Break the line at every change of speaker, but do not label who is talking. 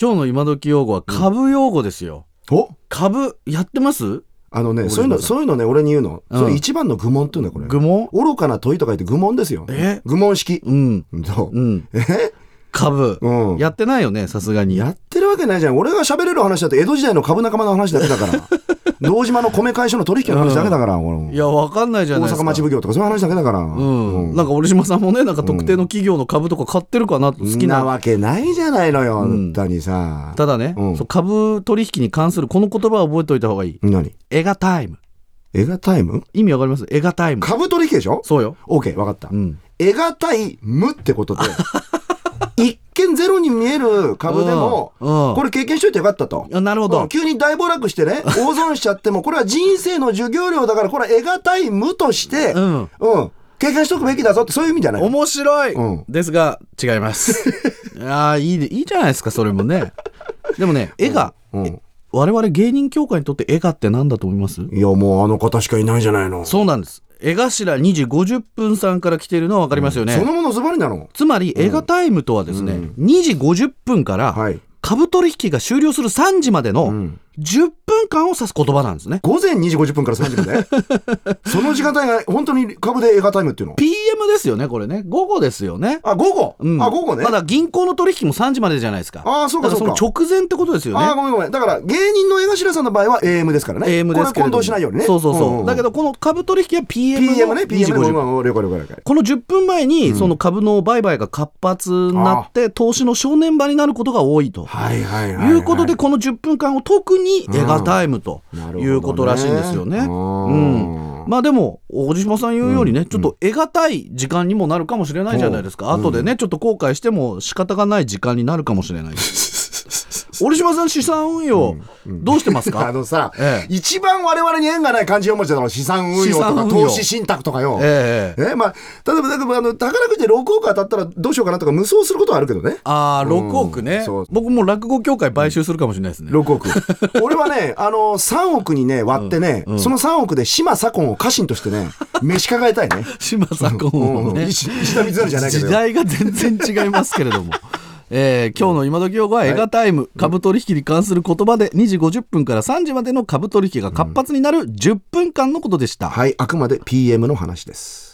今日の今時用語は株用語ですよ。
お
株やってます
あのね、
森
そういう
島
の、
さん
そういうのね、俺に言うの。
うん
それ一番の愚問っていうんだよ、これ。
愚問
愚かな問いと書いて愚問ですよ。
え
愚問式。
うん。
そうう。
ん。
え
株。
うん。
やってないよね、さすがに。
やってるわけないじゃん。俺が喋れる話だって江戸時代の株仲間の話だけだ から。堂島の米会所の取引の話だけだから。俺も
いや、わかんないじゃないで
大
す
阪
か。
町奉行とかそういう話だけだから。
うん。なん
か
か、折島さんもね、なんか特定の企業の株とか買ってるかな、好きな。
わけないじゃないの
う
よ、
ん
本当にさ。
ただね、
うん
そう株取引に関するこの言葉を覚えておいた方がいい。
何
エガタイム。
エガタイム
意味わかりますエガタイム。
株取引でしょ
そうよ。
?OK、わかった
う。ん。
得難い無っ てことで、一見ゼロに見える株でも、
うんうん
これ経験しといてよかったと。
あなるほ
う
ど
ん。急に大暴落してね、大損しちゃっても、これは人生の授業料だから、これは得難い無として、
う
うん、
ん。
経験しとくべきだぞって、そういう意味じゃない
面白い、
うん
ですが、違い ます。ああ、いいで、いいじゃないですか、それもね。でもね、エガ。
うん、
我々芸人協会にとってエガって何だと思います
いや、もうあの方しかいないじゃないの。
そうなんです。江頭2時50分さんから来てるのは分かりますよね。
そのものズバリなの。
つまり、映画タイムとはですね、2時50分から
はい。
株取引が終了する3時までの
ん
10分間を指す言葉なんですね。
午前2時50分から3時まで。その時間帯が本当に株で得難い無っていうの。
PM ですよね、これね。午後ですよね。
あ、午後、
うん
あ、午後ね。
まだ銀行の取引も3時までじゃないですか。
あーそうかそうか
だらその直前ってことですよ
あ
ね。
あ、ごめんごめん。だから、芸人の江頭さんの場合は AM ですからね。
AM ですけれど
これ
も
混同しないようにね。
そうそうそう。だけ
ど、
ど、この株取引は PM の
PM ね、
2時
PM ね。
50分。
うんうん了解了解了解。
この10分前に、その株の売買が活発になって、投資の正念場になることが多いと。
はいはいはい、はい。
いうことで、この10分間を特に映画タイムと
なるほどね
いうことらしいんですよね。
あ
うん
ー
まあでも、小島さん言うようにね、ちょっと得難い時間にもなるかもしれないじゃないですか。後でね、ちょっと後悔しても仕方がない時間になるかもしれない。小島さん、資産運用、どうしてます
あ
か
のさ、
え
一番我々に縁がない漢字を持ちだろ資産運用
資
と
産
か
運用
投資信託とかよ。
ええ。
えまあ、例えば、例えばあの宝くじで6億当たったらどうしようかなとか無双することはあるけどね。
ああ、6億ね
そう。
僕もう落語協会買収するかもしれないですね。
6億。 俺はね、あの、3億にね、割ってね、その3億で島左近を家臣として ね、召し抱えたいね。
島左近
う
を
ん、
ね。
石石田三成じゃないけど
時
よ。
代が全然違いますけれども。 えー今日の今時用語はエガタイム、株取引に関する言葉で2時50分から3時までの株取引が活発になる10分間のことでした。
はい、あくまで PM の話です。